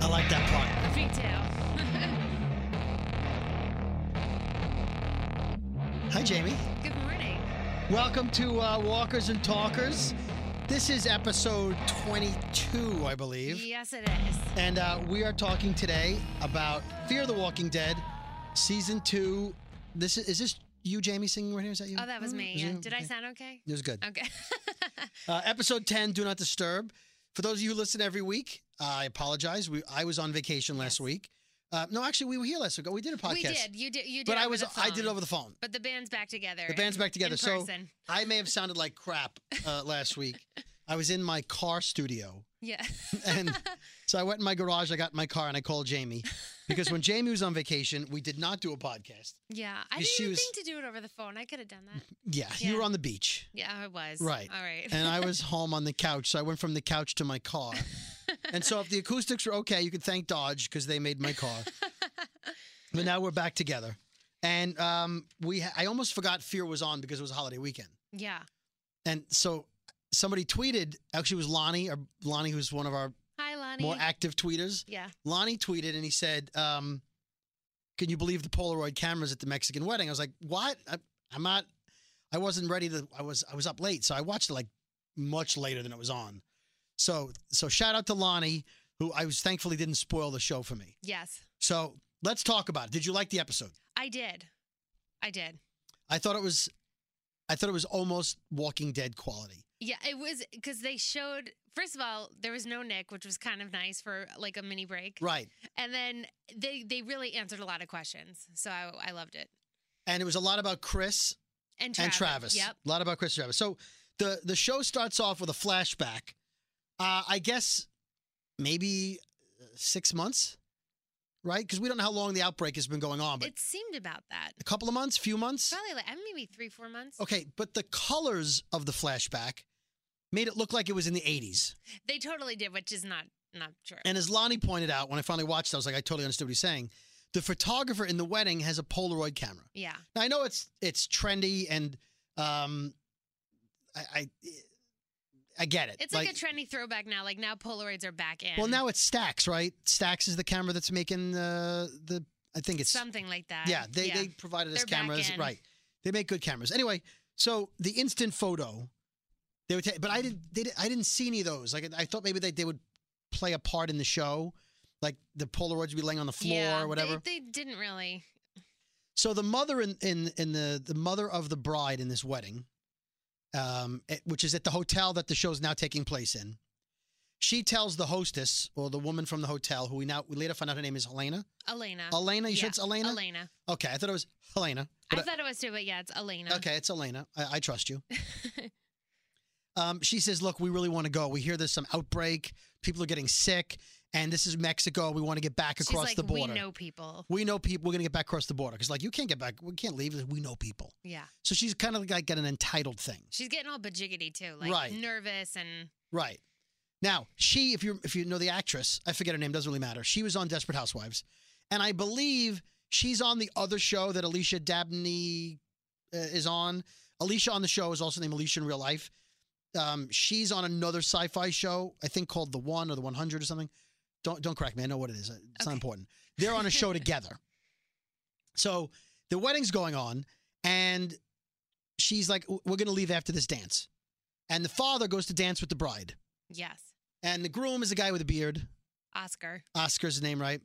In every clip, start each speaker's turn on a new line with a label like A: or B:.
A: I like that part.
B: Detail.
A: Hi, Jamie.
B: Good morning.
A: Welcome to uh, Walkers and Talkers. This is episode 22, I believe.
B: Yes, it is.
A: And uh, we are talking today about Fear the Walking Dead, season two. This is, is this you, Jamie, singing right here? Is that you? Mm-hmm.
B: Oh, that was me.
A: Mm, Is
B: yeah.
A: you?
B: Did I
A: Okay.
B: sound okay?
A: It was good.
B: Okay.
A: Uh, episode 10, Do Not Disturb. For those of you who listen every week, I apologize. We, I was on vacation last
B: Yes.
A: week. Uh, no, actually, we were here last week. We did a podcast.
B: we did. You did. You did.
A: But I
B: over
A: was
B: the
A: I did it
B: phone.
A: over the phone.
B: But the band's back together.
A: The band's
B: in-
A: back together.
B: In
A: So
B: person.
A: I may have sounded like crap uh, last week. I was in my car studio.
B: yeah.
A: And so I went in my garage, I got in my car, and I called Jamie. Because when Jamie was on vacation, we did not do a podcast.
B: yeah. I
A: Your
B: didn't even
A: shoes-
B: think to do it over the phone. I could have done that.
A: Yeah, you were
B: Yeah.
A: on the beach.
B: Yeah, I was.
A: Right.
B: All right.
A: And I was home on the couch. So I went from the couch to my car. And so if the acoustics were okay, you could thank Dodge because they made my car. But now we're back together. And um, we ha- I almost forgot Fear was on because it was a holiday weekend.
B: yeah.
A: And so somebody tweeted, actually, it was Lonnie, or Lonnie, who's one of our
B: Hi, Lonnie.
A: more active tweeters.
B: yeah.
A: Lonnie tweeted and he said, um, Can you believe the Polaroid cameras at the Mexican wedding? I was like, What? I, I'm not, I wasn't ready to, I was, I was up late. So I watched it like much later than it was on. So, so shout out to Lonnie, who I was thankfully didn't spoil the show for me.
B: Yes.
A: So let's talk about it. Did you like the episode?
B: I did. I did.
A: I thought it was, I thought it was almost Walking Dead quality.
B: Yeah, it was because they showed. First of all, there was no Nick, which was kind of nice for like a mini break,
A: Right.
B: and then they they really answered a lot of questions, so I, I loved it.
A: And it was a lot about Chris
B: And Travis.
A: and Travis.
B: Yep.
A: A lot about Chris and Travis. So the the show starts off with a flashback. Uh, I guess maybe uh, six months, right? Because we don't know how long the outbreak has been going on, but
B: it seemed about that.
A: a couple of months, few months.
B: Probably like I mean, maybe three, four months.
A: Okay, but the colors of the flashback made it look like it was in the 80s.
B: They totally did, which is not not true.
A: And as Lonnie pointed out, when I finally watched, it, I was like, I totally understood what he's saying. The photographer in the wedding has a Polaroid camera.
B: yeah.
A: Now, I know it's it's trendy and um, I, I I get it.
B: It's like, a trendy throwback now. Like now Polaroids are back in.
A: well, now it's Stax, right? Stax is the camera that's making the the I think it's
B: something like that.
A: yeah they they provided us
B: They're back
A: cameras
B: in.
A: right. They make good cameras anyway. So the instant photo they would take, but I didn't they did, I didn't see any of those. Like I thought maybe they they would play a part in the show, like the Polaroids would be laying on the floor
B: yeah,
A: or whatever.
B: They, they didn't really.
A: So the mother in in in the the mother of the bride in this wedding, um, at- which is at the hotel that the show's now taking place in, she tells the hostess or the woman from the hotel, who we now we later find out her name is Helena.
B: Elena.
A: Elena, you
B: Uh, Yeah,
A: said it's Elena.
B: Elena.
A: Okay, I thought it was Helena.
B: I
A: but uh,
B: thought it was too, but yeah, it's Elena.
A: Okay, it's Elena. I, I trust you. um, she says, "Look, we really want to go. We hear there's some outbreak. People are getting sick, and this is Mexico. We want to get back
B: She's
A: across
B: like,
A: the border.
B: We know people.
A: We know people. We're gonna get back across the border because, like, you can't get back. We can't leave. We know people."
B: Yeah.
A: So she's kind of like got an entitled thing.
B: She's getting all bajiggity too, like
A: Right.
B: nervous and
A: Right. Now, she, if you if you know the actress, I forget her name, doesn't really matter. She was on Desperate Housewives. And I believe she's on the other show that Alicia Dabney uh, is on. Alicia on the show is also named Alicia in real life. Um, she's on another sci-fi show, I think called The One or The 100 or something. Don't don't correct me. I know what it is. It's not
B: Okay.
A: important. They're on a show together. So the wedding's going on, and she's like, "We're going to leave after this dance." And the father goes to dance with the bride,
B: yes,
A: and the groom is a guy with a beard.
B: Oscar.
A: Oscar's his name, right?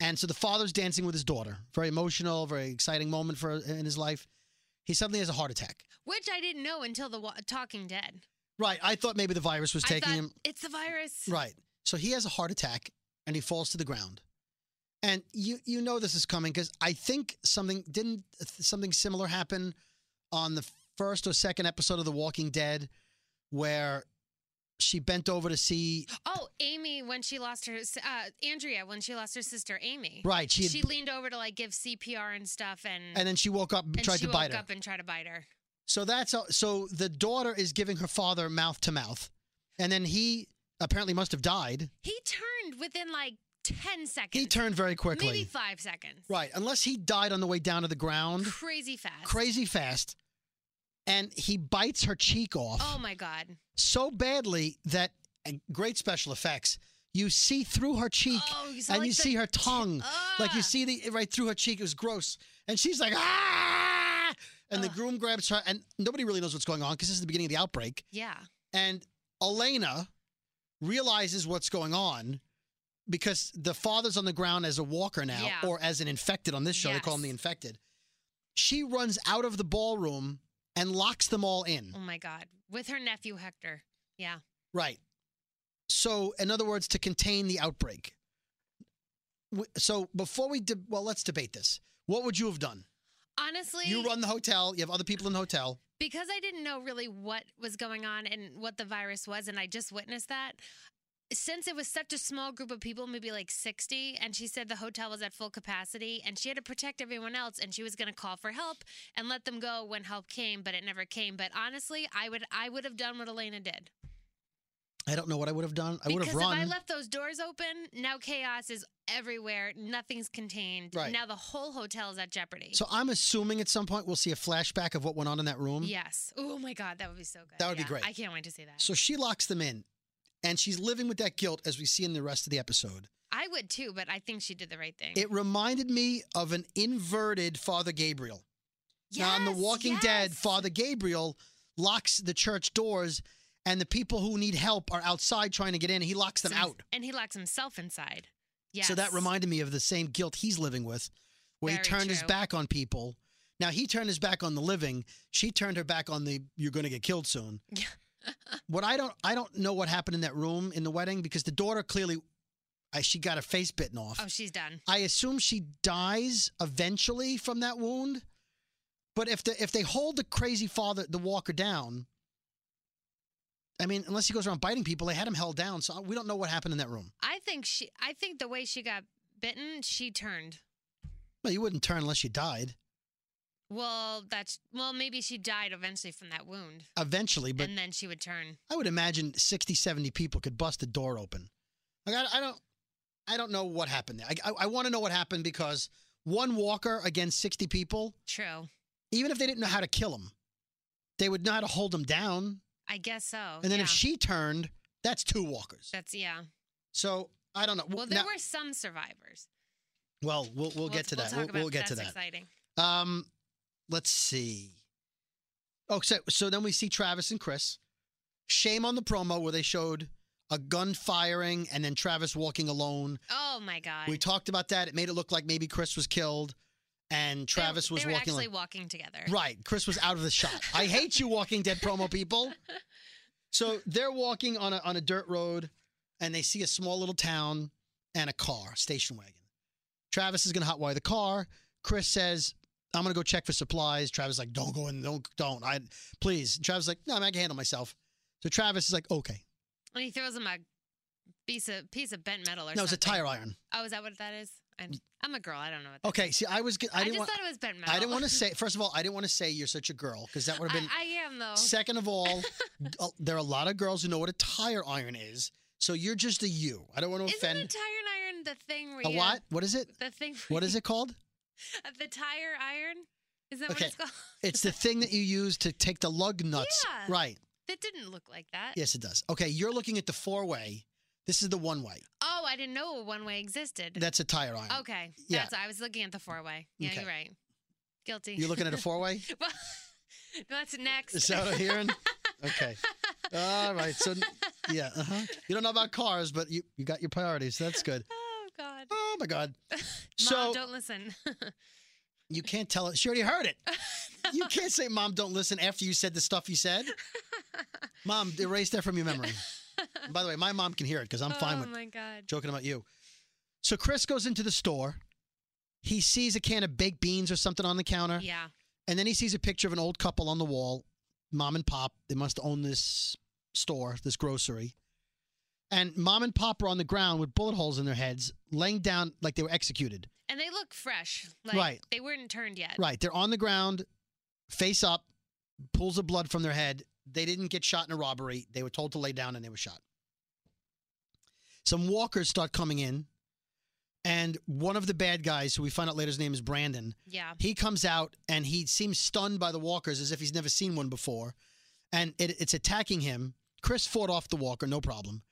A: And so the father's dancing with his daughter. Very emotional, very exciting moment for in his life. He suddenly has a heart attack.
B: Which I didn't know until the wa- Talking Dead.
A: Right. I thought maybe the virus was
B: I
A: taking
B: thought
A: him.
B: it's the virus.
A: Right. So he has a heart attack and he falls to the ground. And you you know this is coming because I think something didn't something similar happen on the first or second episode of The Walking Dead where she bent over to see
B: Oh, Amy when she lost her s- uh, Andrea when she lost her sister Amy.
A: right she,
B: She,
A: had,
B: leaned over to like give CPR and stuff, and
A: and then she woke up and
B: and
A: tried
B: she
A: to bite
B: woke
A: her.
B: up and tried to bite her.
A: So that's all, so the daughter is giving her father mouth to mouth, and then he apparently must have died.
B: He turned within like ten seconds.
A: He turned very quickly,
B: maybe five seconds.
A: right? Unless he died on the way down to the ground,
B: Crazy fast.
A: crazy fast, and he bites her cheek off
B: Oh my god.
A: so badly that and great uh, special effects. you see through her cheek
B: oh, you saw,
A: and
B: like,
A: you
B: the-
A: see her tongue. Like you
B: Ah!
A: see the right through her cheek. It was gross, and she's like ah, and the
B: Ugh.
A: groom grabs her, and nobody really knows what's going on because this is the beginning of the outbreak.
B: Yeah.
A: And Elena realizes what's going on because the father's on the ground as a walker now,
B: Yeah.
A: or as an infected on this show. They call him the
B: Yes.
A: infected. She runs out of the ballroom and locks them all in.
B: Oh my God. With her nephew Hector. Yeah.
A: Right. So, in other words, to contain the outbreak. W- So, before we de- well, let's debate this. What would you have done?
B: Honestly,
A: You run the hotel. You have other people in the hotel.
B: because I didn't know really what was going on and what the virus was, and I just witnessed that. Since it was such a small group of people, maybe like 60, and she said the hotel was at full capacity and she had to protect everyone else and she was going to call for help and let them go when help came, but it never came. But honestly, I would I would have done what Elena did.
A: I don't know what I would have done. I would have
B: because
A: run.
B: if I left those doors open, now chaos is everywhere. Nothing's contained.
A: Right.
B: Now the whole hotel is at jeopardy.
A: so I'm assuming at some point we'll see a flashback of what went on in that room.
B: yes. Oh my God, that would be so good.
A: That would be
B: Yeah,
A: great.
B: I can't wait to see that.
A: So she locks them in, and she's living with that guilt as we see in the rest of the episode.
B: I would too, but I think she did the right thing.
A: It reminded me of an inverted Father Gabriel. now in The
B: Yes,
A: Walking Dead,
B: yes.
A: Father Gabriel locks the church doors, and the people who need help are outside trying to get in. And he locks them
B: So-
A: out.
B: and he locks himself inside. Yes.
A: So that reminded me of the same guilt he's living with, where
B: Very
A: he turned his
B: true.
A: back on people. Now he turned his back on the living. She turned her back on the "you're going to get killed soon." what I don't I don't know what happened in that room in the wedding because the daughter clearly, I, she got her face bitten off.
B: Oh, she's done.
A: I assume she dies eventually from that wound. But if the if they hold the crazy father, the walker down, I mean, unless he goes around biting people, they had him held down. So we don't know what happened in that room.
B: I think she. I think the way she got bitten, she turned.
A: Well, you wouldn't turn unless you died.
B: Well, that's well. Maybe she died eventually from that wound,
A: eventually, but
B: and then she would turn.
A: I would imagine 60, 70 people could bust the door open. Like, I, I don't, I don't know what happened there. I, I, I want to know what happened because one walker against 60 people,
B: True.
A: even if they didn't know how to kill him, they would know how to hold him down.
B: I guess so.
A: And then
B: Oh, yeah.
A: if she turned, that's two walkers.
B: That's yeah.
A: So I don't know.
B: Well, there
A: Now-
B: were some survivors.
A: well, we'll, we'll, get to that.
B: We'll, talk about
A: we'll get to
B: that's
A: that.
B: Exciting.
A: Um, let's see. Oh, so, so then we see Travis and Chris. Shame on the promo where they showed a gun firing and then Travis walking alone.
B: Oh my God.
A: We talked about that. It made it look like maybe Chris was killed and
B: They-
A: Travis was
B: they were
A: walking
B: actually
A: alone.
B: walking together.
A: Right. Chris was out of the shot. I hate you, Walking Dead promo people. So they're walking on a, on a dirt road and they see a small little town and a car, station wagon. Travis is going to hotwire the car. Chris says, I'm going to go check for supplies. Travis is like, don't go in. Don't, don't. I, please. And Travis is like, no, man, I can handle myself. So Travis is like, okay.
B: And he throws him a piece of piece of bent metal or
A: no,
B: something.
A: it's a tire iron.
B: Oh, is that what that is? I'm, I'm a girl. I don't know what. That
A: Mm. Okay. See, I was, get- I
B: I,
A: didn't
B: just
A: want,
B: thought it was bent metal.
A: I didn't want to say, first of all, I didn't want to say you're such a girl because that would have been
B: I, I am though.
A: Second of all, uh, there are a lot of girls who know what a tire iron is. So you're just a you. I don't want to
B: Isn't a
A: offend.
B: tire iron the thing where
A: A
B: you,
A: what? What is it?
B: The thing.
A: What is it called?
B: The tire iron. Is that
A: Okay.
B: what it's called?
A: It's the thing that you use to take the lug nuts.
B: Yeah.
A: Right.
B: That didn't look like that.
A: Yes, it does. Okay, you're looking at the four way. This is the one way.
B: Oh, I didn't know a one way existed.
A: That's a tire iron.
B: okay.
A: yeah.
B: That's I was looking at the four way. Yeah,
A: Okay.
B: you're right. Guilty.
A: You're looking at a four way?
B: Well, that's next.
A: Is that what I'm hearing? Okay. All right. So, yeah. Uh-huh. You don't know about cars, but you, you got your priorities. That's good.
B: oh God. Mom,
A: Oh, my God. So,
B: don't listen.
A: you can't tell it. She already heard it. You can't say, Mom, don't listen after you said the stuff you said. Mom, erase that from your memory. And by the way, my mom can hear it because I'm fine
B: oh
A: with
B: my God.
A: joking about you. So Chris goes into the store. He sees a can of baked beans or something on the counter.
B: Yeah.
A: And then he sees a picture of an old couple on the wall, mom and pop. They must own this store, this grocery. And mom and pop are on the ground with bullet holes in their heads, laying down like they were executed.
B: And they look fresh. Like,
A: Right.
B: They weren't turned yet.
A: Right. They're on the ground, face up, pools of blood from their head. They didn't get shot in a robbery. They were told to lay down and they were shot. Some walkers start coming in, and one of the bad guys, who we find out later his name is Brandon,
B: Yeah.
A: he comes out and he seems stunned by the walkers as if he's never seen one before. And it, it's attacking him. Chris fought off the walker, no problem.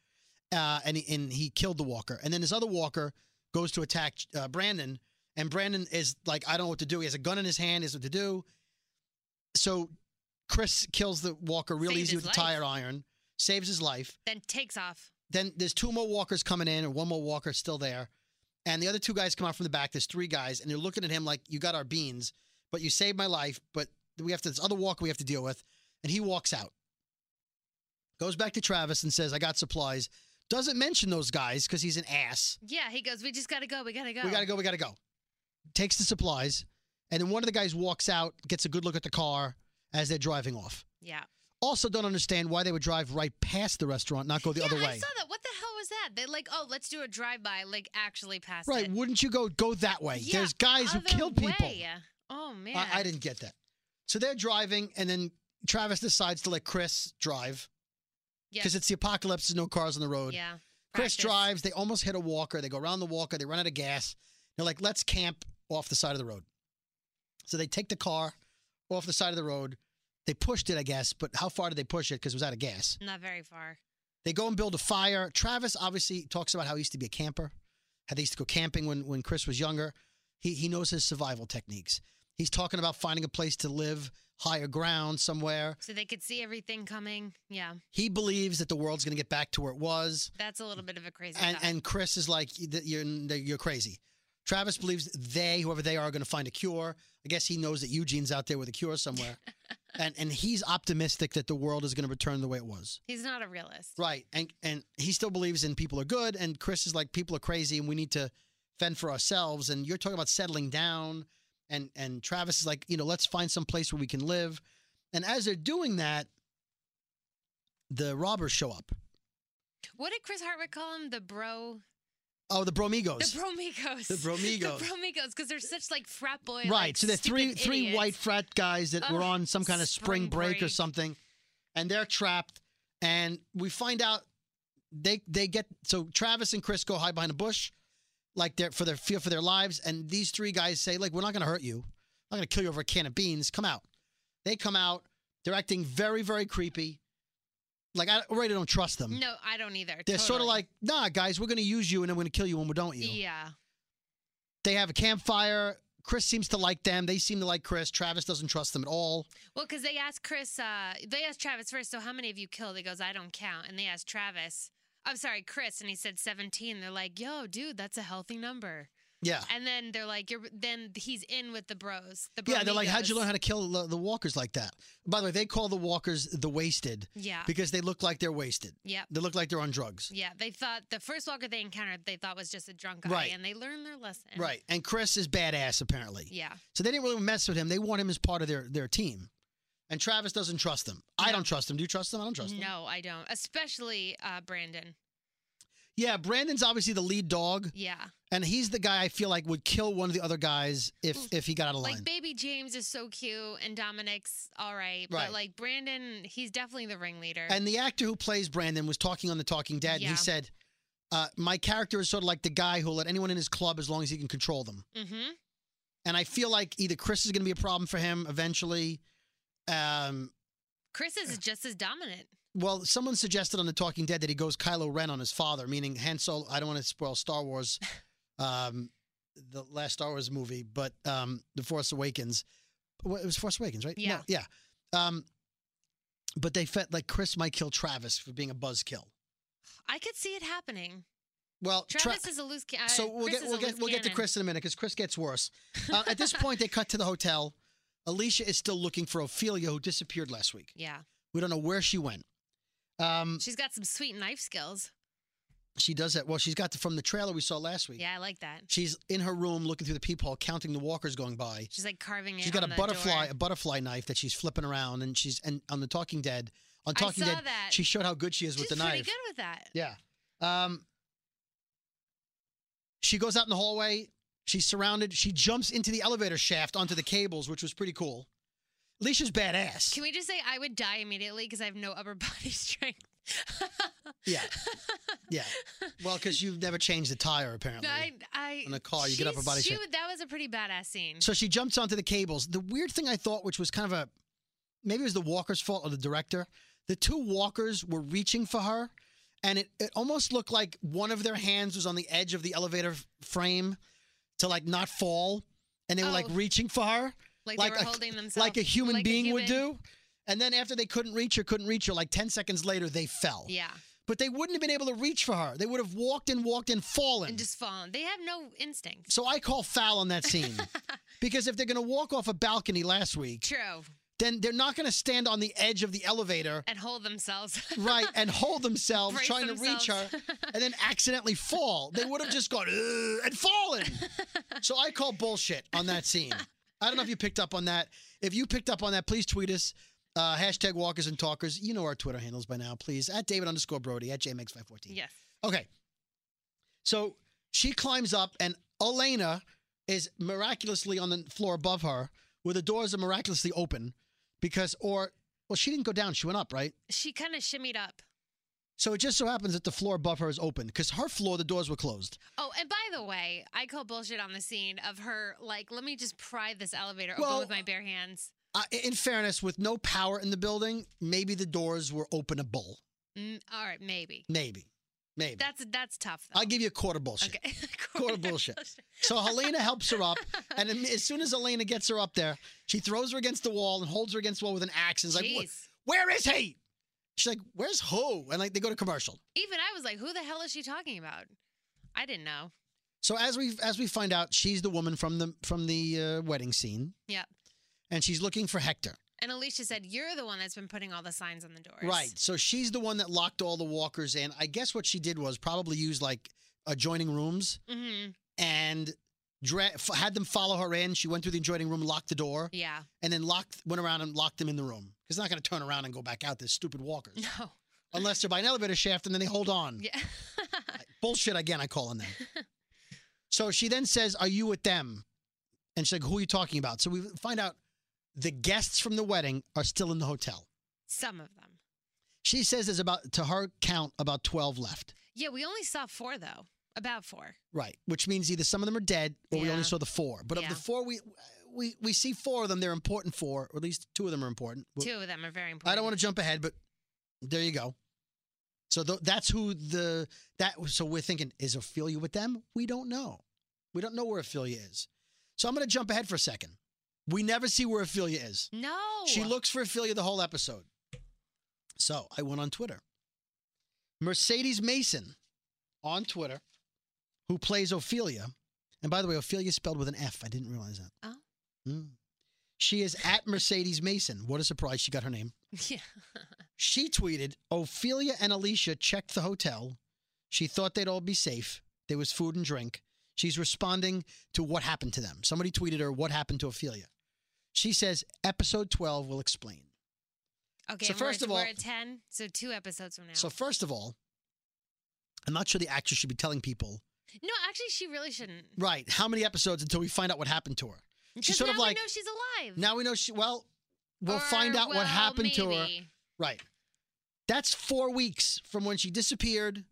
A: uh, and he, and he killed the walker. And then this other walker goes to attack uh, Brandon, and Brandon is like, I don't know what to do. He has a gun in his hand, is what to do. So Chris kills the walker real
B: Saved
A: easy
B: his
A: with a
B: life.
A: tire iron, saves his life.
B: Then takes off.
A: Then there's two more walkers coming in, and one more walker still there. And the other two guys come out from the back. There's three guys, and they're looking at him like, "You got our beans, but you saved my life. But we have to this other walker we have to deal with." And he walks out, goes back to Travis, and says, "I got supplies." Doesn't mention those guys because he's an ass.
B: Yeah, he goes, We just gotta go, we gotta go.
A: We gotta go. We gotta go. Takes the supplies, and then one of the guys walks out, gets a good look at the car as they're driving off.
B: Yeah.
A: Also, don't understand why they would drive right past the restaurant, not go the
B: yeah,
A: other
B: I
A: way.
B: saw that. What the hell was that? They like, oh, let's do a drive by, like actually past
A: Right?
B: it.
A: Wouldn't you go go that way?
B: Yeah,
A: There's guys who
B: Other
A: killed people.
B: way. Oh man.
A: I, I didn't get that. So they're driving, and then Travis decides to let Chris drive
B: yeah.
A: because it's the apocalypse. There's no cars on the road.
B: yeah.
A: Chris
B: Practice.
A: drives. They almost hit a walker. They go around the walker. They run out of gas. They're like, let's camp off the side of the road. So they take the car off the side of the road. They pushed it, I guess, but how far did they push it? Because it was out of gas.
B: Not very far.
A: They go and build a fire. Travis obviously talks about how he used to be a camper, how they used to go camping when, when Chris was younger. He, he knows his survival techniques. He's talking about finding a place to live, higher ground somewhere.
B: So they could see everything coming. Yeah.
A: He believes that the world's going to get back to where it was.
B: That's a little bit of a crazy
A: and
B: thought.
A: and Chris is like "You- that you're that you're crazy. Travis believes they, whoever they are, are going to find a cure. I guess he knows that Eugene's out there with a cure somewhere, and and he's optimistic that the world is going to return the way it was.
B: He's not a realist.
A: Right, and and he still believes in people are good, and Chris is like people are crazy, and we need to fend for ourselves. And you're talking about settling down, and and Travis is like, you know, let's find some place where we can live. And as they're doing that, the robbers show up.
B: What did Chris Hartwick call him? The bro
A: Oh, the
B: the
A: Bromigos.
B: bromigos.
A: The Bromigos.
B: the bromigos, because they're such like frat boy.
A: Right.
B: like,
A: so they're three
B: stupid
A: three
B: idiots.
A: white frat guys that were
B: Ugh,
A: on some kind of spring,
B: spring
A: break, or
B: break.
A: something, and they're trapped. And we find out they they get so Travis and Chris go hide behind a bush, like they're for their fear for their lives. And these three guys say, like, we're not gonna hurt you. I'm not gonna kill you over a can of beans. Come out. They come out. They're acting very very creepy. Like I already don't trust them.
B: No, I don't either.
A: they're sort of
B: Totally.
A: like, nah, guys, we're gonna use you and then we're gonna kill you when we don't you
B: Yeah.
A: they have a campfire. Chris seems to like them. They seem to like Chris. Travis doesn't trust them at all.
B: Well, because they asked Chris, uh, they asked Travis first, so how many of you killed? He goes, I don't count. And they asked Travis, I'm sorry, Chris, and he said 17. They're like, yo, dude, that's a healthy number.
A: Yeah.
B: And then they're like, you're, then he's in with the bros. The
A: Yeah, they're like, how'd you
B: bromigos."
A: learn how to kill the, the walkers like that? By the way, they call the walkers the wasted
B: Yeah.
A: because they look like they're wasted.
B: Ah. Yep.
A: They look like they're on drugs.
B: Yeah. They thought the first walker they encountered, they thought was just a drunk guy,
A: Right.
B: and they learned their lesson.
A: Right. And Chris is badass, apparently.
B: Yeah.
A: So they didn't really mess with him. They want him as part of their, their team. And Travis doesn't trust them. I
B: No.
A: don't trust him. Do you trust him? I don't trust him.
B: No, I don't. Especially uh, Brandon.
A: Yeah, Brandon's obviously the lead dog,
B: Yeah.
A: and he's the guy I feel like would kill one of the other guys if
B: Oof.
A: if he got out of line.
B: Like, baby James is so cute, and Dominic's all right.
A: Right.
B: But, like, Brandon, he's definitely the ringleader.
A: And the actor who plays Brandon was talking on The Talking Dead, and
B: Yeah.
A: he said, uh, "My character is sort of like the guy who'll let anyone in his club as long as he can control them."
B: hmm.
A: And I feel like either Chris is going to be a problem for him eventually. Um,
B: Chris is just as dominant.
A: well, someone suggested on The Talking Dead that he goes Kylo Ren on his father, meaning Han Solo. I don't want to spoil Star Wars, um, the last Star Wars movie, but um, The Force Awakens. Well, it was Force Awakens, right? No,
B: Yeah.
A: yeah. Um, but they felt like Chris might kill Travis for being a buzzkill.
B: I could see it happening.
A: Well, Tra-
B: Travis is a loose uh, cannon.
A: So we'll get we'll get we'll get to Chris in a minute because Chris gets worse. Uh, at this point, they cut to the hotel. Alicia is still looking for Ophelia, who disappeared last week.
B: Yeah,
A: We don't know where she went. Um,
B: she's got some sweet knife skills.
A: she does that. Well, she's got the, from the trailer we saw last week.
B: Yeah, I like that.
A: She's in her room looking through the peephole, counting the walkers going by.
B: She's like carving it.
A: She's got
B: on
A: a
B: the
A: butterfly,
B: door.
A: a butterfly knife that she's flipping around, and she's and on the Talking Dead. On
B: I
A: Talking
B: saw
A: Dead,
B: that.
A: she showed how good she is
B: she's
A: with the
B: pretty
A: knife.
B: good with that.
A: Yeah. Um, she goes out in the hallway. She's surrounded. She jumps into the elevator shaft onto the cables, which was pretty cool. Alicia's badass.
B: Can we just say I would die immediately because I have no upper body strength?
A: yeah. Yeah. Well, because you've never changed the tire, apparently.
B: I, I,
A: On a car, you get upper
B: she's-
A: body
B: she
A: shape.
B: would- That was a pretty badass scene.
A: So she jumps onto the cables. The weird thing I thought, which was kind of a maybe it was the walker's fault or the director, the two walkers were reaching for her. and it, it almost looked like one of their hands was on the edge of the elevator f- frame to like not fall, and they were like
B: Oh.
A: reaching for her
B: Like,
A: Like
B: they
A: a-
B: were holding themselves
A: like a human
B: like a
A: being would
B: human.
A: do. And then after they couldn't reach her, couldn't reach her, like 10 seconds later, they fell.
B: Yeah,
A: But they wouldn't have been able to reach for her. They would have walked and walked and fallen.
B: and just fallen. They have no instinct.
A: so I call foul on that scene. because if they're going to walk off a balcony last week,
B: True,
A: then they're not going to stand on the edge of the elevator,
B: and hold themselves.
A: right, and hold themselves
B: Brace
A: trying to reach
B: themselves.
A: her and then accidentally fall. They would have just gone "Ugh," and fallen. So I call bullshit on that scene. I don't know if you picked up on that. If you picked up on that, please tweet us. Uh, hashtag walkers and talkers. You know our Twitter handles by now, please. At David underscore Brody, at JMX514.
B: yes.
A: Okay. So she climbs up, and Elena is miraculously on the floor above her, where the doors are miraculously open because, or, well, she didn't go down, she went up, right?
B: She kind of shimmied up.
A: So it just so happens that the floor above her is open because her floor, the doors were closed.
B: Oh, and by the way, I call bullshit on the scene of her like, let me just pry this elevator
A: Well,
B: open with my bare hands.
A: Uh, i- in fairness, with no power in the building, maybe the doors were openable.
B: Mm, all right, maybe.
A: Maybe. Maybe.
B: That's that's tough though.
A: I'll give you a quarter bullshit.
B: okay.
A: Quarter bullshit. So Helena helps her up, and then as soon as Elena gets her up there, she throws her against the wall and holds her against the wall with an axe and is like, "What-
B: Jeez.
A: where is he? She's like, where's who? And like they go to commercial.
B: Even I was like, who the hell is she talking about? I didn't know.
A: So as we as we find out, she's the woman from the from the uh, wedding scene.
B: Yep.
A: And she's looking for Hector.
B: And Alicia said, "You're the one that's been putting all the signs on the doors."
A: Right. So she's the one that locked all the walkers in. I guess what she did was probably use like adjoining rooms
B: Mm-hmm.
A: and dra- f- had them follow her in. She went through the adjoining room, locked the door,
B: Yeah.
A: and then locked went around and locked them in the room. Because not going to turn around and go back out. There's stupid walkers,
B: No.
A: unless they're by an elevator shaft, and then they hold on.
B: Yeah.
A: bullshit again. I call on them. so she then says, "Are you with them?" And she's like, "Who are you talking about?" So we find out the guests from the wedding are still in the hotel.
B: Some of them.
A: She says there's about to her count about twelve left.
B: Yeah, we only saw four though. About four.
A: Right, which means either some of them are dead or we only
B: Yeah.
A: saw the four. But of
B: Yeah.
A: the four, we we we see four of them. They're important four, or at least two of them are important. Well,
B: Two of them are very important.
A: I don't want to jump ahead, but there you go. So th- that's who the that. So we're thinking is Ophelia with them? We don't know. We don't know where Ophelia is. So I'm going to jump ahead for a second. We never see where Ophelia is.
B: No.
A: She looks for Ophelia the whole episode. So I went on Twitter. Mercedes Mason on Twitter, who plays Ophelia, and by the way, Ophelia is spelled with an F. I didn't realize that.
B: Oh.
A: Mm. She is at Mercedes Mason. What a surprise! She got her name.
B: Yeah.
A: She tweeted, Ophelia and Alicia checked the hotel. She thought they'd all be safe. There was food and drink. She's responding to what happened to them. Somebody tweeted her, What happened to Ophelia? She says, Episode 12 will explain.
B: Okay.
A: So
B: and we're
A: first
B: at-
A: of all-
B: we're at ten. So two episodes from now.
A: So, first of all, I'm not sure the actress should be telling people,
B: no, actually, she really shouldn't.
A: right, how many episodes until we find out what happened to her. She's
B: Because
A: sort
B: now
A: of like,
B: we know she's alive.
A: now we know she, well, we'll find
B: Or,
A: out what
B: well,
A: happened to her.
B: maybe.
A: Right. That's four weeks from when she disappeared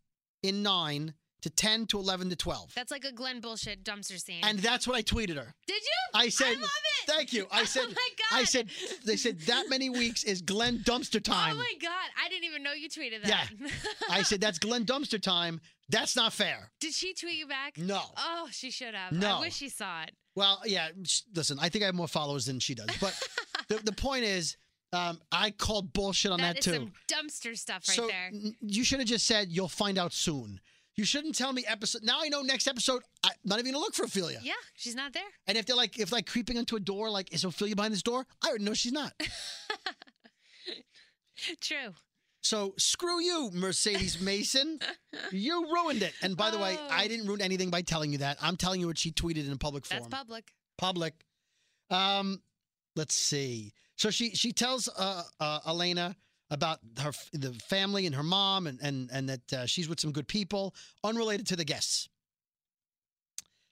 A: in nine to 10 to 11 to 12.
B: That's like a Glenn bullshit dumpster scene.
A: And that's what I tweeted her.
B: did you?
A: I said,
B: love it.
A: Thank you. I said,
B: oh my god.
A: I said, they said that many weeks is Glenn Dumpster time.
B: Oh my god! I didn't even know you tweeted that.
A: I said, that's Glenn Dumpster time. That's not fair.
B: Did she tweet you back?
A: No.
B: Oh, she should have.
A: No.
B: I wish she saw it.
A: Well, yeah, sh- listen, I think I have more followers than she does. But the, the point is, um, I called bullshit on that,
B: that is
A: too.
B: some dumpster stuff right
A: so
B: there.
A: n- you should have just said, you'll find out soon. You shouldn't tell me episode. Now I know next episode, I'm not even going to look for Ophelia.
B: Yeah, she's not there.
A: And if they're like, if like creeping into a door, like, is Ophelia behind this door? I already know she's not.
B: True.
A: So screw you, Mercedes Mason. you ruined it. And by the way,
B: Oh.
A: I didn't ruin anything by telling you that. I'm telling you what she tweeted in a public
B: That's
A: forum.
B: public.
A: public. Um, let's see. So she she tells uh, uh, Elena about her f- the family and her mom and and and that uh, she's with some good people, unrelated to the guests.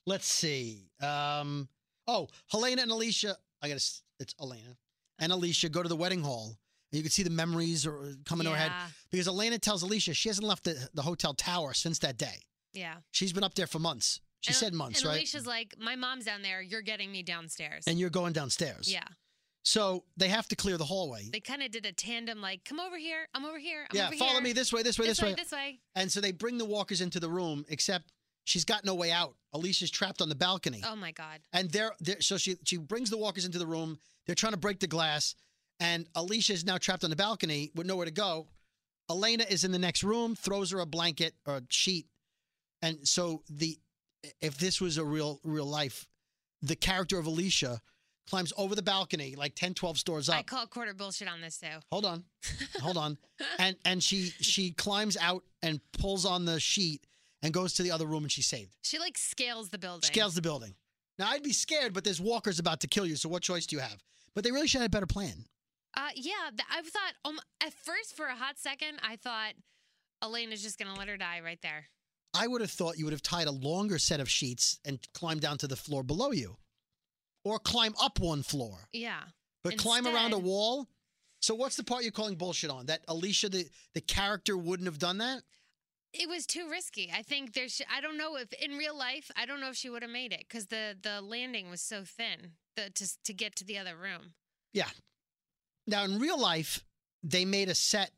A: Let's see. Um, oh, Helena and Alicia. I gotta. s- It's Elena and Alicia go to the wedding hall. And you can see the memories are uh, coming to her head
B: Yeah,
A: because Elena tells Alicia she hasn't left the, the hotel tower since that day.
B: Yeah.
A: She's been up there for months. She
B: And-
A: said months,
B: and
A: right?
B: Alicia's like, my mom's down there. You're getting me downstairs.
A: and you're going downstairs.
B: yeah.
A: So they have to clear the hallway.
B: They kind of did a tandem, like, come over here, I'm over here, I'm
A: yeah,
B: over
A: follow
B: here.
A: me this way, this way, this,
B: this way, this way.
A: And so they bring the walkers into the room, except she's got no way out. Alicia's trapped on the balcony.
B: Oh my God.
A: And they're, they're so she she brings the walkers into the room. They're trying to break the glass, and Alicia is now trapped on the balcony with nowhere to go. Elena is in the next room, throws her a blanket or a sheet, and so the if this was a real real life, the character of Alicia climbs over the balcony like 10, 12 stores
B: I
A: up.
B: call quarter bullshit on this too.
A: hold on, hold on, and and she she climbs out and pulls on the sheet and goes to the other room and she's saved.
B: She like scales the building.
A: Scales the building. Now I'd be scared, but there's walkers about to kill you. So what choice do you have? But they really should have had a better plan.
B: Uh, yeah, th- I thought um, at first for a hot second I thought Elena's just gonna let her die right there.
A: I would have thought you would have tied a longer set of sheets and climbed down to the floor below you, or climb up one floor,
B: Yeah,
A: but climb around a
B: Instead-
A: wall. So what's the part you're calling bullshit on? That Alicia, the the character, wouldn't have done that.
B: it was too risky. I think there. Sh- I don't know if in real life I don't know if she would have made it because the the landing was so thin the, to s- to get to the other room.
A: Now in real life, they made a set,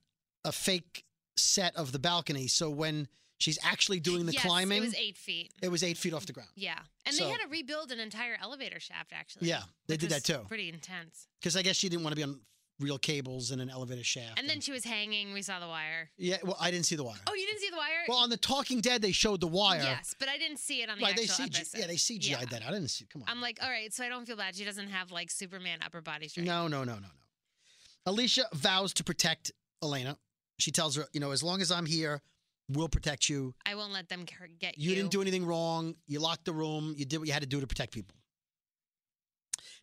A: a fake set of the balcony. So when she's actually doing the
B: yes,
A: climbing,
B: it was eight feet.
A: it was eight feet off the ground.
B: Yeah, and
A: So-
B: they had to rebuild an entire elevator shaft actually.
A: Yeah, they
B: which
A: did that
B: was
A: too.
B: Pretty intense.
A: Because I guess she didn't want to be on real cables in an elevator shaft.
B: And then she was hanging. We saw the wire.
A: yeah, well, I didn't see the wire.
B: Oh, you didn't see the wire?
A: well, on the Talking Dead, they showed the wire.
B: Yes, but I didn't see it on the
A: right? They
B: actual
A: CG,
B: episode.
A: yeah, they CGI'd
B: Yeah.
A: that. I didn't see. Come on.
B: I'm like, all right, so I don't feel bad. She doesn't have like Superman upper body strength.
A: no, no, no, no, no. Alicia vows to protect Elena. She tells her, you know, as long as I'm here, we'll protect you.
B: I won't let them car- get you.
A: You didn't do anything wrong. You locked the room. You did what you had to do to protect people.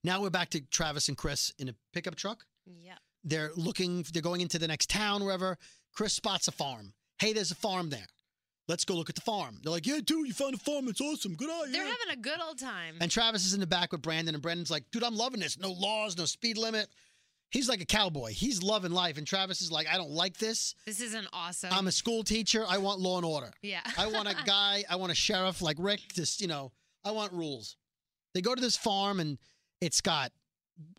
A: Now we're back to Travis and Chris in a pickup truck.
B: Yeah.
A: They're looking, they're going into the next town, wherever. Chris spots a farm. Hey, there's a farm there. Let's go look at the farm. They're like, yeah, dude, you found a farm. It's awesome. Good eye.
B: They're
A: yeah."
B: having a good old time.
A: and Travis is in the back with Brandon, and Brandon's like, dude, I'm loving this. No laws, no speed limit. He's like a cowboy. He's loving life. And Travis is like, I don't like this.
B: this is an awesome.
A: I'm a school teacher. I want law and order.
B: yeah.
A: I want a guy. I want a sheriff like Rick. Just you know, I want rules. They go to this farm and it's got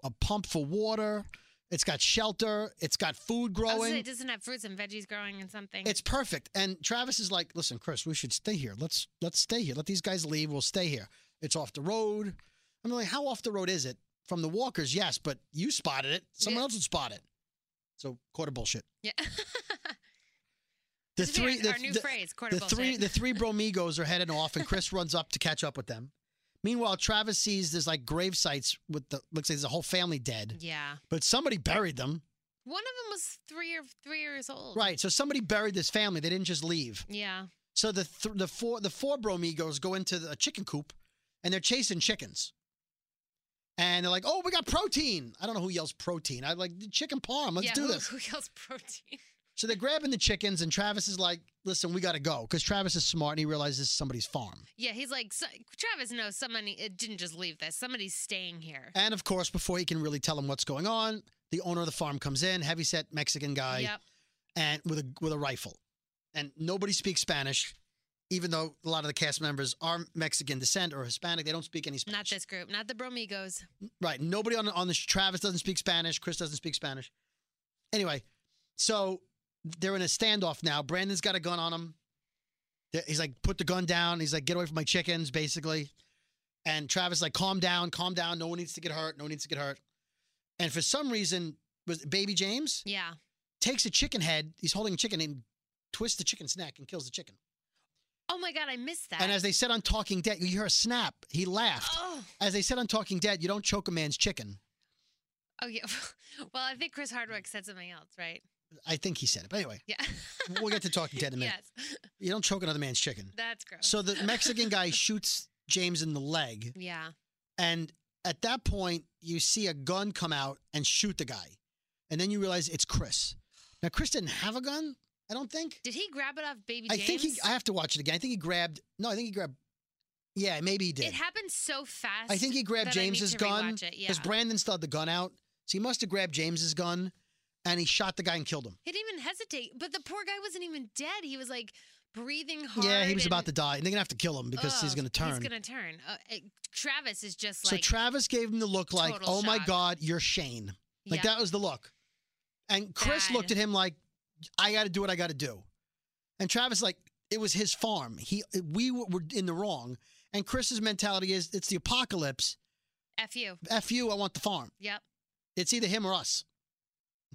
A: a pump for water. It's got shelter. It's got food
B: I was gonna say,
A: growing.
B: it doesn't have fruits and veggies growing and something.
A: It's perfect. And Travis is like, "Listen, Chris, we should stay here. Let's let's stay here. Let these guys leave. We'll stay here. It's off the road." I'm like, "How off the road is it from the walkers? Yes, but you spotted it. Someone
B: Yeah.
A: else would spot it." So quarter bullshit.
B: yeah.
A: The
B: This is
A: three,
B: our-
A: the,
B: our new
A: the-
B: phrase, quarter
A: the three
B: bullshit.
A: the three bromigos are heading off and chris runs up to catch up with them meanwhile travis sees there's like grave sites with the looks like there's a whole family dead
B: yeah.
A: but somebody buried them
B: One of them was three or three years old.
A: right so somebody buried this family they didn't just leave
B: Yeah.
A: so the th- the four the four bromigos go into the, a chicken coop and they're chasing chickens and they're like oh we got protein i don't know who yells protein i like chicken parm let's
B: yeah,
A: do
B: who,
A: this
B: Who kills protein?
A: so they're grabbing the chickens and travis is like listen we gotta go because travis is smart and he realizes this is somebody's farm
B: Yeah, he's like so, Travis knows somebody it didn't just leave this. Somebody's staying here.
A: And of course, before he can really tell him what's going on, the owner of the farm comes in, heavyset Mexican guy,
B: yep.
A: and with a with a rifle. And nobody speaks Spanish, even though a lot of the cast members are Mexican descent or Hispanic. They don't speak any Spanish.
B: Not this group. Not the Bromigos.
A: Right. Nobody on on the Travis doesn't speak Spanish. Chris doesn't speak Spanish. Anyway, so they're in a standoff now. Brandon's got a gun on him. Th- He's like, put the gun down. He's like, get away from my chickens, basically. And Travis is like, calm down, calm down. No one needs to get hurt. No one needs to get hurt. And for some reason, was it baby James
B: Yeah.
A: takes a chicken head. He's holding a chicken and twists the chicken's neck and kills the chicken.
B: Oh my god, I missed that.
A: And as they said on Talking Dead, you hear a snap. He laughed.
B: oh.
A: As they said on Talking Dead, you don't choke a man's chicken.
B: Oh yeah. Well, I think Chris Hardwick said something else, right?
A: I think he said it. But anyway.
B: Yeah.
A: we'll get to talking dead in a minute.
B: yes.
A: You don't choke another man's chicken.
B: That's gross.
A: So the Mexican guy shoots James in the leg,
B: Yeah.
A: and at that point, you see a gun come out and shoot the guy, and then you realize it's Chris. Now Chris didn't have a gun, I don't think.
B: Did he grab it off baby
A: I
B: James?
A: think he. I have to watch it again. I think he grabbed. No, I think he grabbed. Yeah, maybe he
B: it
A: did.
B: happened so fast.
A: I think he grabbed
B: that I need
A: James's
B: to
A: gun
B: rewatch it, Yeah.
A: because Brandon still had the gun out, so he must have grabbed James's gun, and he shot the guy and killed him.
B: he didn't even hesitate. But the poor guy wasn't even dead. He was like breathing hard.
A: yeah, he was
B: and-
A: about to die, and they're gonna have to kill him because he's
B: Ugh,
A: gonna turn.
B: He's gonna turn. Uh, it- Travis is just
A: so
B: like
A: Travis gave him the look like,
B: Total
A: "Oh my
B: shock.
A: God, you're Shane." Like
B: yeah.
A: that was the look. And Chris
B: Bad.
A: looked at him like, "I got to do what I got to do," and Travis like, "It was his farm. He we were were in the wrong." And Chris's mentality is, "It's the apocalypse.
B: F you.
A: F you. I want the farm.
B: Yep.
A: It's either him or us."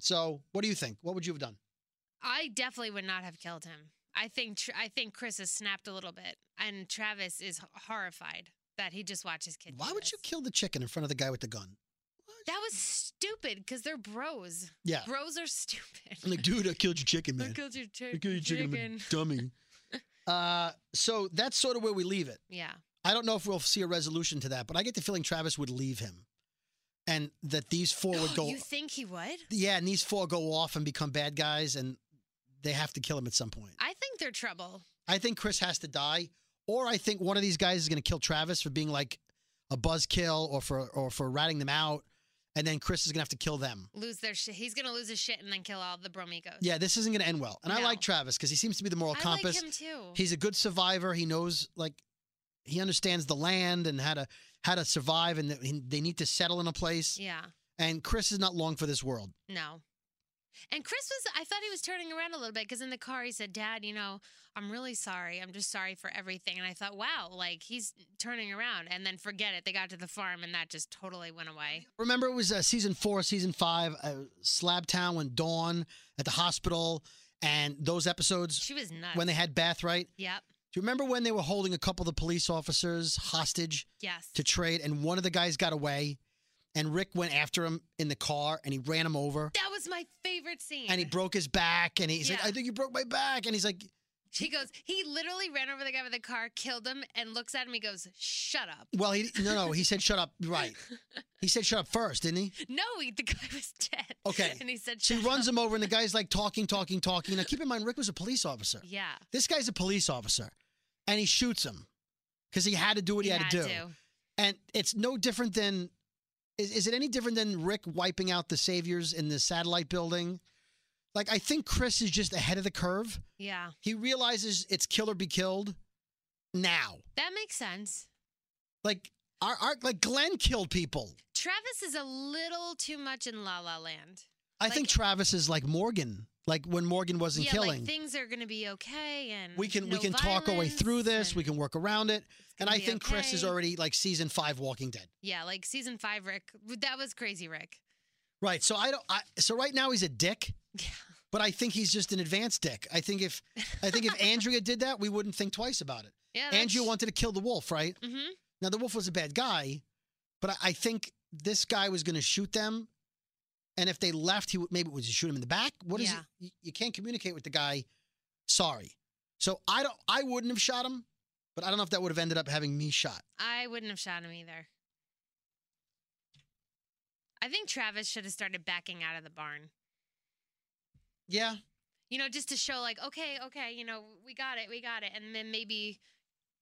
A: So, what do you think? What would you have done?
B: I definitely would not have killed him. I think tr- I think Chris has snapped a little bit, and Travis is h- horrified that he just watched his kid. do
A: Why would you
B: this.
A: kill the chicken in front of the guy with the gun?
B: That was stupid because they're bros.
A: Yeah.
B: Bros are stupid.
A: I'm like, dude, I killed your chicken,
B: They
A: man.
B: killed your chi-
A: I killed your chicken, I'm a
B: chicken.
A: dummy. uh, so that's sort of where we leave it.
B: Yeah.
A: I don't know if we'll see a resolution to that, but I get the feeling Travis would leave him, and that these four would go.
B: you think he would?
A: yeah, and these four go off and become bad guys, and they have to kill him at some point.
B: I think they're trouble.
A: I think Chris has to die, or I think one of these guys is going to kill Travis for being like a buzzkill or for or for ratting them out, and then Chris is going to have to kill them.
B: Lose their shit. He's gonna lose his shit and then kill all the bromigos.
A: Yeah, this isn't going to end well. And I
B: No.
A: like Travis because he seems to be the moral
B: I
A: compass.
B: like him too.
A: He's a good survivor. He knows like he understands the land and how to how to survive, and that he- they need to settle in a place.
B: yeah.
A: And Chris is not long for this world.
B: No. And Chris was, I thought he was turning around a little bit because in the car he said, Dad, you know, I'm really sorry. I'm just sorry for everything. And I thought, wow, like he's turning around. And then forget it. They got to the farm and that just totally went away.
A: Remember, it was uh, season four, season five, uh, Slab Town when Dawn at the hospital, and those episodes
B: She was nuts.
A: when they had Beth. Right?
B: yep.
A: Do you remember when they were holding a couple of the police officers hostage
B: Yes.
A: to trade, and one of the guys got away, and Rick went after him in the car, and he ran him over.
B: that was my favorite scene.
A: And he broke his back, and he's like,
B: Yeah.
A: "I think you broke my back," and he's like,
B: she goes, he literally ran over the guy with the car, killed him, and looks at him. He goes, shut up.
A: Well, he no no. He said shut up. Right. He said shut up first, didn't he?
B: No, he, the guy was dead.
A: Okay.
B: And he said,
A: So
B: shut
A: he runs him over, and the guy's like talking, talking, talking. Now keep in mind, Rick was a police officer.
B: up. Yeah.
A: This guy's a police officer, and he shoots him because he had to do what he, had, to do. And it's no different than. Is, is it any different than Rick wiping out the saviors in the satellite building? Like I think Chris is just ahead of the curve.
B: Yeah.
A: He realizes it's kill or be killed now.
B: That makes sense.
A: Like our, our like Glenn killed people.
B: Travis is a little too much in La La Land.
A: I
B: Like-
A: think Travis is like Morgan, like when Morgan wasn't
B: yeah,
A: killing.
B: like things are going to be okay, and
A: we can we
B: no
A: can talk our way through
B: violence,
A: this. We
B: and
A: can work around it.
B: it's
A: And
B: gonna
A: I
B: be
A: think Chris is
B: okay.
A: already like season five Walking Dead.
B: yeah, like season five, Rick. That was crazy, Rick.
A: Right. So I don't. I, so right now he's a dick,
B: Yeah,
A: but I think he's just an advanced dick. I think if I think if Andrea did that, we wouldn't think twice about it.
B: yeah.
A: Andrea wanted to kill the wolf, right?
B: hmm
A: Now the wolf was a bad guy, but I, I think this guy was going to shoot them. And if they left, he would maybe would you shoot him in the back. What is
B: Yeah.
A: it? You, you can't communicate with the guy. Sorry. So I don't. I wouldn't have shot him, but I don't know if that would have ended up having me shot.
B: I wouldn't have shot him either. I think Travis should have started backing out of the barn.
A: Yeah.
B: You know, just to show like, okay, okay, you know, we got it, we got it, and then maybe,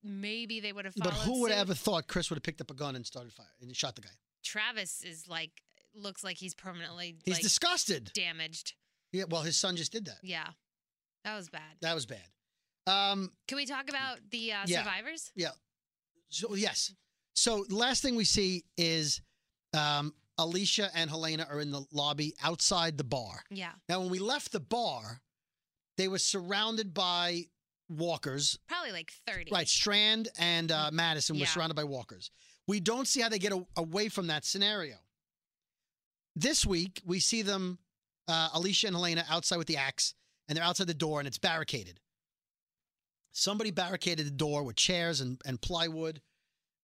B: maybe they would have.
A: But
B: followed
A: who would
B: suit.
A: have ever thought Chris would have picked up a gun and started fire and shot the guy?
B: Travis is like, looks like he's permanently
A: He's
B: like
A: disgusted.
B: damaged.
A: Yeah. Well, his son just did that.
B: Yeah, that was bad.
A: That was bad. Um.
B: Can we talk about the uh,
A: Yeah.
B: survivors?
A: So yes. So the last thing we see is, um, Alicia and Helena are in the lobby outside the bar.
B: Yeah,
A: Now, when we left the bar, they were surrounded by walkers.
B: probably like thirty.
A: Right, Strand and uh, Madison were
B: Mm-hmm. Yeah.
A: surrounded by walkers. We don't see how they get a- away from that scenario. This week, we see them, uh, Alicia and Helena, outside with the axe, and they're outside the door, and it's barricaded. Somebody barricaded the door with chairs and, and plywood,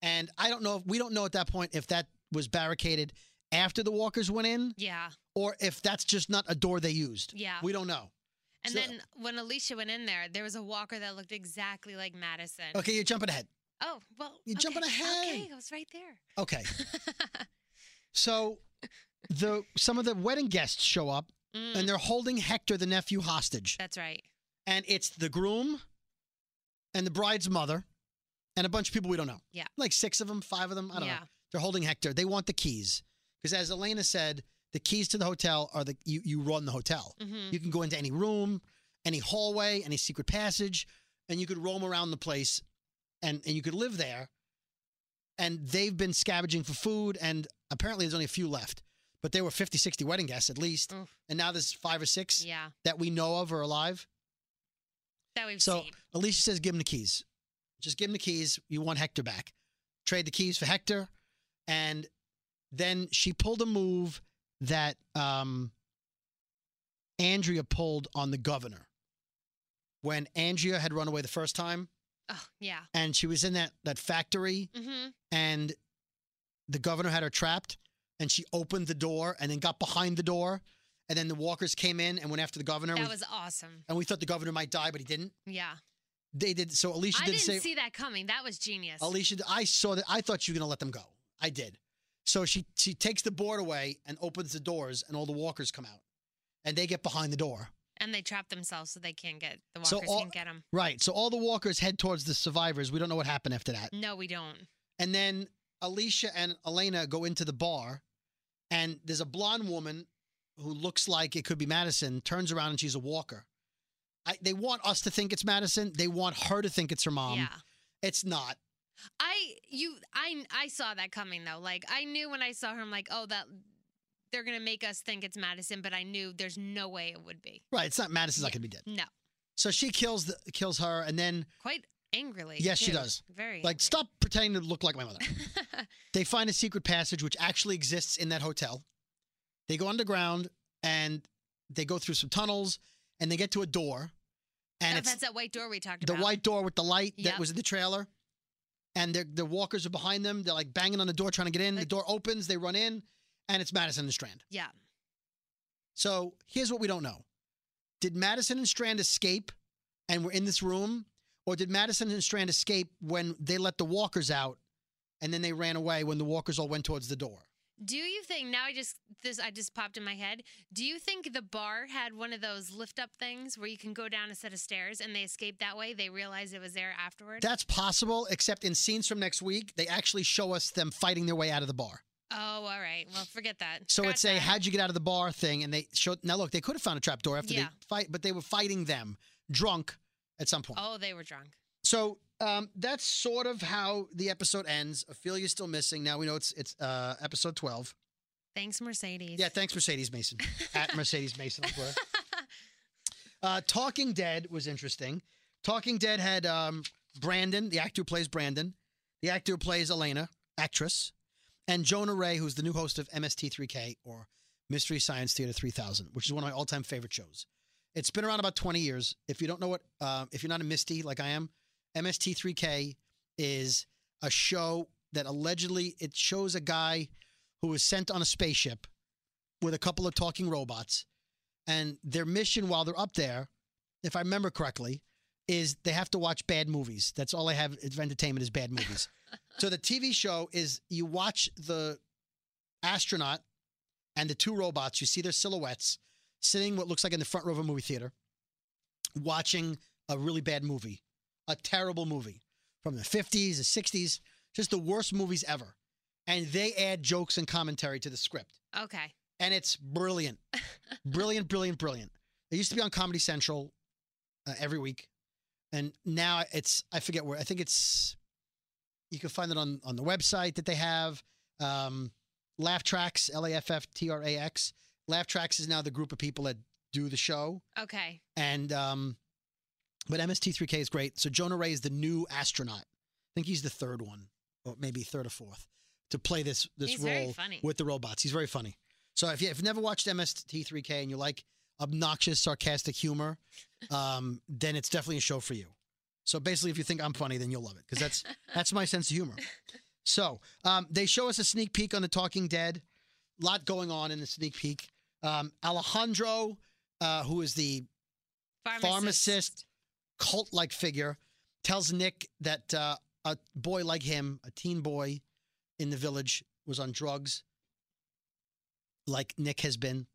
A: and I don't know if we don't know at that point if that was barricaded after the walkers went in
B: Yeah,
A: or if that's just not a door they used.
B: yeah.
A: We don't know.
B: and
A: so-
B: then when Alicia went in there, there was a walker that looked exactly like Madison.
A: Okay, you're jumping ahead.
B: Oh well,
A: You're jumping
B: okay,
A: ahead.
B: Okay, I was right there.
A: Okay. So the some of the wedding guests show up
B: Mm,
A: and they're holding Hector the nephew hostage.
B: that's right.
A: And it's the groom and the bride's mother and a bunch of people we don't know.
B: Yeah.
A: Like 6 of them, 5 of them, I don't
B: yeah,
A: know. They're holding Hector. They want the keys because as Elena said, the keys to the hotel are the you you run the hotel.
B: hmm
A: You can go into any room, any hallway, any secret passage. and you could roam around the place and, and you could live there. And they've been scavenging for food, and apparently there's only a few left, but there were 50, 60 wedding guests at least.
B: Oof.
A: And now there's five or six
B: Yeah.
A: that we know of are alive.
B: That we've
A: So
B: seen.
A: Alicia says, give him the keys. Just give him the keys. You want Hector back. Trade the keys for Hector. And then she pulled a move that um, Andrea pulled on the governor when Andrea had run away the first time
B: Oh, yeah.
A: and she was in that, that factory
B: Mm-hmm.
A: and the governor had her trapped and she opened the door and then got behind the door and then the walkers came in and went after the governor
B: That
A: We-
B: was awesome.
A: and we thought the governor might die but he didn't
B: Yeah.
A: they did so alicia
B: I
A: did
B: didn't
A: the same
B: see that coming. That was genius.
A: Alicia, I saw that. I thought you were gonna let them go. I did. So she she takes the board away and opens the doors, and all the walkers come out, and they get behind the door.
B: and they trap themselves so they can't get the walkers
A: So all-
B: can't get them.
A: Right. So all the walkers head towards the survivors. We don't know what happened after that.
B: No, we don't.
A: And then Alicia and Elena go into the bar, and there's a blonde woman who looks like it could be Madison. Turns around and she's a walker. I, they want us to think it's Madison. They want her to think it's her mom.
B: yeah.
A: It's not.
B: I you I I saw that coming though. Like I knew when I saw her, I'm like, oh, that they're gonna make us think it's Madison, but I knew there's no way it would be.
A: Right. It's not Madison's not
B: Yeah.
A: gonna be dead.
B: No,
A: So she kills the, kills her, and then
B: quite angrily.
A: Yes, she
B: too.
A: does.
B: Very
A: Like, stop pretending to look like my mother. they find a secret passage which actually exists in that hotel. They go underground and they go through some tunnels and they get to a door. And
B: oh,
A: it's
B: that's that white door we talked
A: the
B: about.
A: white door with the light that
B: Yep.
A: was in the trailer. And they're- the walkers are behind them. They're like banging on the door trying to get in. The
B: Like-
A: door opens, they run in, and it's Madison and Strand.
B: Yeah.
A: So here's what we don't know Did Madison and Strand escape and were in this room? Or did Madison and Strand escape when they let the walkers out and then they ran away when the walkers all went towards the door?
B: Do you think now? I just this I just popped in my head. Do you think the bar had one of those lift up things where you can go down a set of stairs and they escape that way? They realized it was there afterward.
A: That's possible, except in scenes from next week, they actually show us them fighting their way out of the bar.
B: oh, all right. Well, forget that.
A: So
B: Scratch
A: it's a
B: that.
A: how'd you get out of the bar thing, and they showed. Now look, they could have found a trap door after they
B: Yeah.
A: fight, but they were fighting them drunk at some point.
B: Oh, they were drunk.
A: So um, that's sort of how the episode ends. Ophelia's still missing. Now we know it's it's uh, episode twelve.
B: Thanks, Mercedes.
A: Yeah, thanks, Mercedes Mason. At Mercedes Mason on Twitter. Uh, Talking Dead was interesting. Talking Dead had um, Brandon, the actor who plays Brandon, the actor who plays Elena, actress, and Jonah Ray, who's the new host of MST3K or Mystery Science Theater 3000, which is one of my all-time favorite shows. It's been around about 20 years. If you don't know what, uh, if you're not a Misty like I am, MST3K is a show that allegedly it shows a guy who was sent on a spaceship with a couple of talking robots and their mission while they're up there, if I remember correctly, is they have to watch bad movies. That's all I have of entertainment is bad movies. so the TV show is you watch the astronaut and the two robots, you see their silhouettes sitting what looks like in the front row of a movie theater, watching a really bad movie, a terrible movie from the 50s, the 60s, just the worst movies ever. And they add jokes and commentary to the script
B: Okay.
A: and it's brilliant, brilliant, brilliant, brilliant. It used to be on Comedy Central uh, every week, and now it's I forget where. I think it's you can find it on on the website that they have. Um, Laugh Tracks, L A F F T R A X. Laugh Tracks is now the group of people that do the show,
B: Okay.
A: and um, but MST3K is great. So Jonah Ray is the new astronaut. I think he's the third one, or maybe third or fourth, to play this this
B: He's
A: role
B: very funny.
A: with the robots. He's very funny. So if, you, if you've never watched MST3K and you like obnoxious, sarcastic humor, um, then it's definitely a show for you. So basically, if you think I'm funny, then you'll love it because that's that's my sense of humor. So um, they show us a sneak peek on the Talking Dead. lot going on in the sneak peek. Um, Alejandro, uh, who is the pharmacist cult like figure, tells Nick that uh, a boy like him, a teen boy in the village, was on drugs, like Nick has been.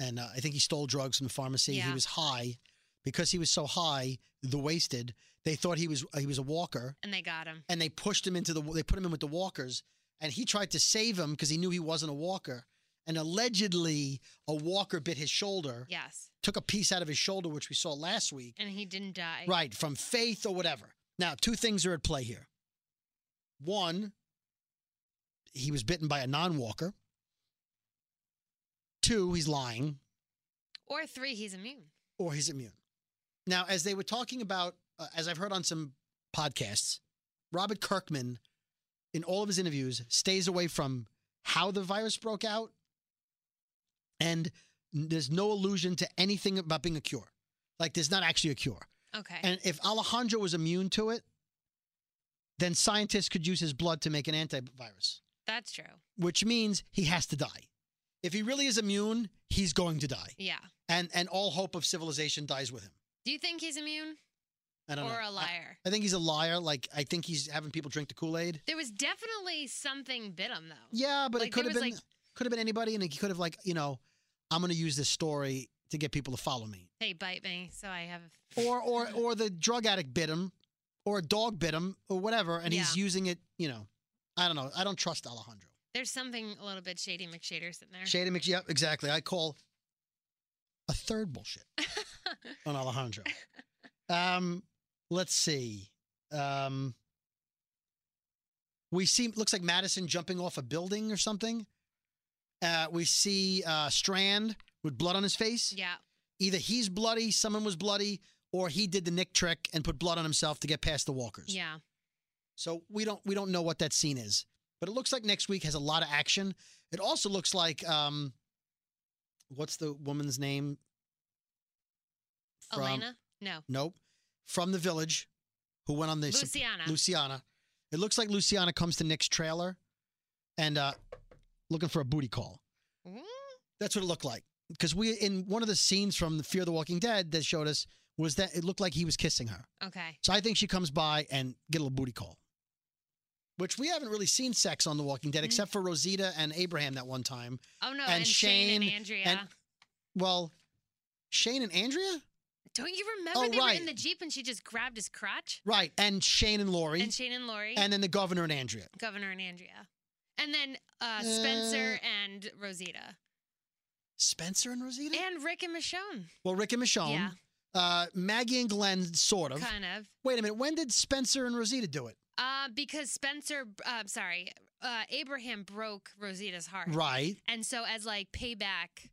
A: And uh, I think he stole drugs from the pharmacy. He
B: Yeah.
A: was high. Because he was so high, the wasted, they thought he was he was a walker,
B: And they got him.
A: and they pushed him into the they put him in with the walkers, and he tried to save him because he knew he wasn't a walker, and allegedly a walker bit his shoulder,
B: Yes.
A: took a piece out of his shoulder, which we saw last week,
B: And he didn't die.
A: right, from faith or whatever. Now, two things are at play here. One, he was bitten by a non walker. Two, he's lying
B: Or three, he's immune.
A: or he's immune. Now, as they were talking about, uh, as I've heard on some podcasts, Robert Kirkman, in all of his interviews, stays away from how the virus broke out, and there's no allusion to anything about being a cure. Like, there's not actually a cure.
B: Okay.
A: And if Alejandro was immune to it, then scientists could use his blood to make an antivirus,
B: That's true.
A: which means he has to die. If he really is immune, he's going to die,
B: Yeah.
A: and and all hope of civilization dies with him.
B: Do you think he's immune
A: I don't know.
B: or
A: I-
B: a liar?
A: I, think he's a liar. Like I think he's having people drink the Kool Aid.
B: there was definitely something bit him though.
A: Yeah, but it
B: Like,
A: could
B: there
A: have
B: was,
A: been
B: like-
A: could have been anybody, and he could have like you know, I'm going to use this story to get people to follow me,
B: Hey, bite me. So I have.
A: or or or the drug addict bit him, or a dog bit him, or whatever, and he's using it. You know, I don't know. I don't trust Alejandro.
B: There's something a little bit shady McShader's in there.
A: Shady Mc. Yep, exactly. I call a third bullshit on Alejandro. Um, let's see. Um, we see looks like Madison jumping off a building or something. Uh, we see uh, Strand with blood on his face.
B: yeah.
A: Either he's bloody, someone was bloody, or he did the Nick trick and put blood on himself to get past the walkers.
B: Yeah.
A: So we don't we don't know what that scene is, but it looks like next week has a lot of action. It also looks like um, what's the woman's name?
B: Elena? No.
A: Nope, from the village, who went on the sup-
B: Luciana.
A: Luciana. It looks like Luciana comes to Nick's trailer, and uh, looking for a booty call.
B: Ooh.
A: That's what it looked like. Because we in one of the scenes from the Fear of the Walking Dead that showed us was that it looked like he was kissing her.
B: Okay.
A: So I think she comes by and get a little booty call, which we haven't really seen sex on The Walking Dead
B: Mm.
A: except for Rosita and Abraham that one time.
B: Oh no.
A: And
B: And, Shane,
A: Shane
B: and Andrea.
A: and- Well, Shane and Andrea,
B: Don't you remember
A: Oh,
B: they were
A: right.
B: in the jeep and she just grabbed his crotch?
A: right? And Shane and Lori,
B: And Shane and Lori,
A: and then the governor and Andrea.
B: Governor and Andrea, and then uh, Spencer and Rosita,
A: Spencer and Rosita.
B: and Rick and Michonne.
A: well, Rick and Michonne,
B: Yeah.
A: uh, Maggie and Glenn, sort of.
B: Kind of.
A: Wait a minute. When did Spencer and Rosita do it?
B: Uh, because Spencer, uh, sorry, uh, Abraham broke Rosita's heart.
A: Right.
B: And so, as like payback,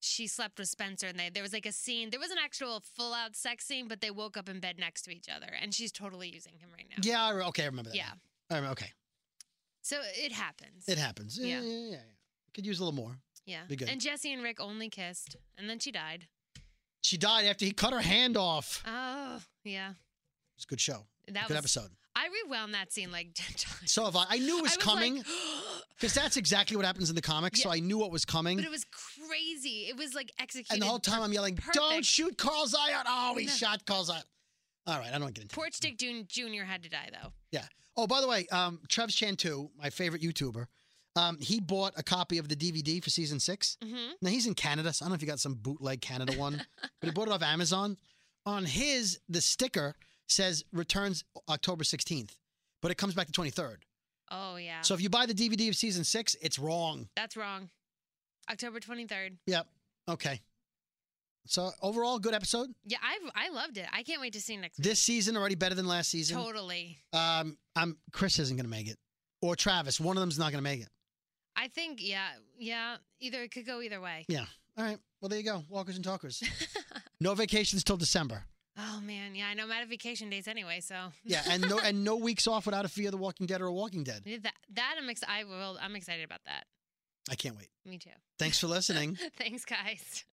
B: she slept with Spencer, and they, there was like a scene. There was an actual full out sex scene, but they woke up in bed next to each other, and she's totally using him right now.
A: Yeah. I re- okay. I remember that.
B: Yeah.
A: now. I remember, okay.
B: So it happens.
A: It happens. Yeah.
B: Yeah.
A: Yeah. yeah, yeah. Could use a little more.
B: yeah.
A: be good.
B: And Jesse and Rick only kissed, and then she died.
A: She died after he cut her hand off.
B: Oh, yeah.
A: It's a good show.
B: That
A: good
B: was.
A: episode.
B: I rewound that scene like ten times.
A: So if I, I knew it was,
B: I was
A: coming
B: like,
A: because that's exactly what happens in the comics. So I knew what was coming.
B: but it was crazy. It was like executed.
A: and the whole time I'm yelling, don't
B: perfect.
A: shoot Carl Zion. Oh, he
B: No.
A: shot Carl Zion. All right. I don't get into
B: Porch Dick Jun- Jr. had to die though.
A: Oh, by the way, um, Trev Chantu, my favorite YouTuber, um, he bought a copy of the DVD for season six.
B: hmm
A: Now he's in Canada. So I don't know if you got some bootleg Canada one, but he bought it off Amazon. On his, the sticker says returns October 16th, but it comes back the 23rd.
B: Oh yeah.
A: So if you buy the DVD of season six, it's wrong.
B: That's wrong. October 23rd.
A: Yep. Okay. So overall, good episode.
B: Yeah, I I loved it. I can't wait to see next
A: This season already better than last
B: week.
A: season.
B: Totally.
A: Um, I'm Chris isn't gonna make it, or Travis. One of them's not gonna make it.
B: I think yeah, yeah, either it could go either way.
A: All right. Well, there you go. Walkers and talkers. no vacations till December.
B: Oh man, yeah, I know I'm out of vacation days anyway, so
A: Yeah, and no and no weeks off without a Fear the Walking Dead or a Walking Dead.
B: that that I'm ex- I will I'm excited about that.
A: I can't wait.
B: Me too.
A: Thanks for listening.
B: Thanks guys.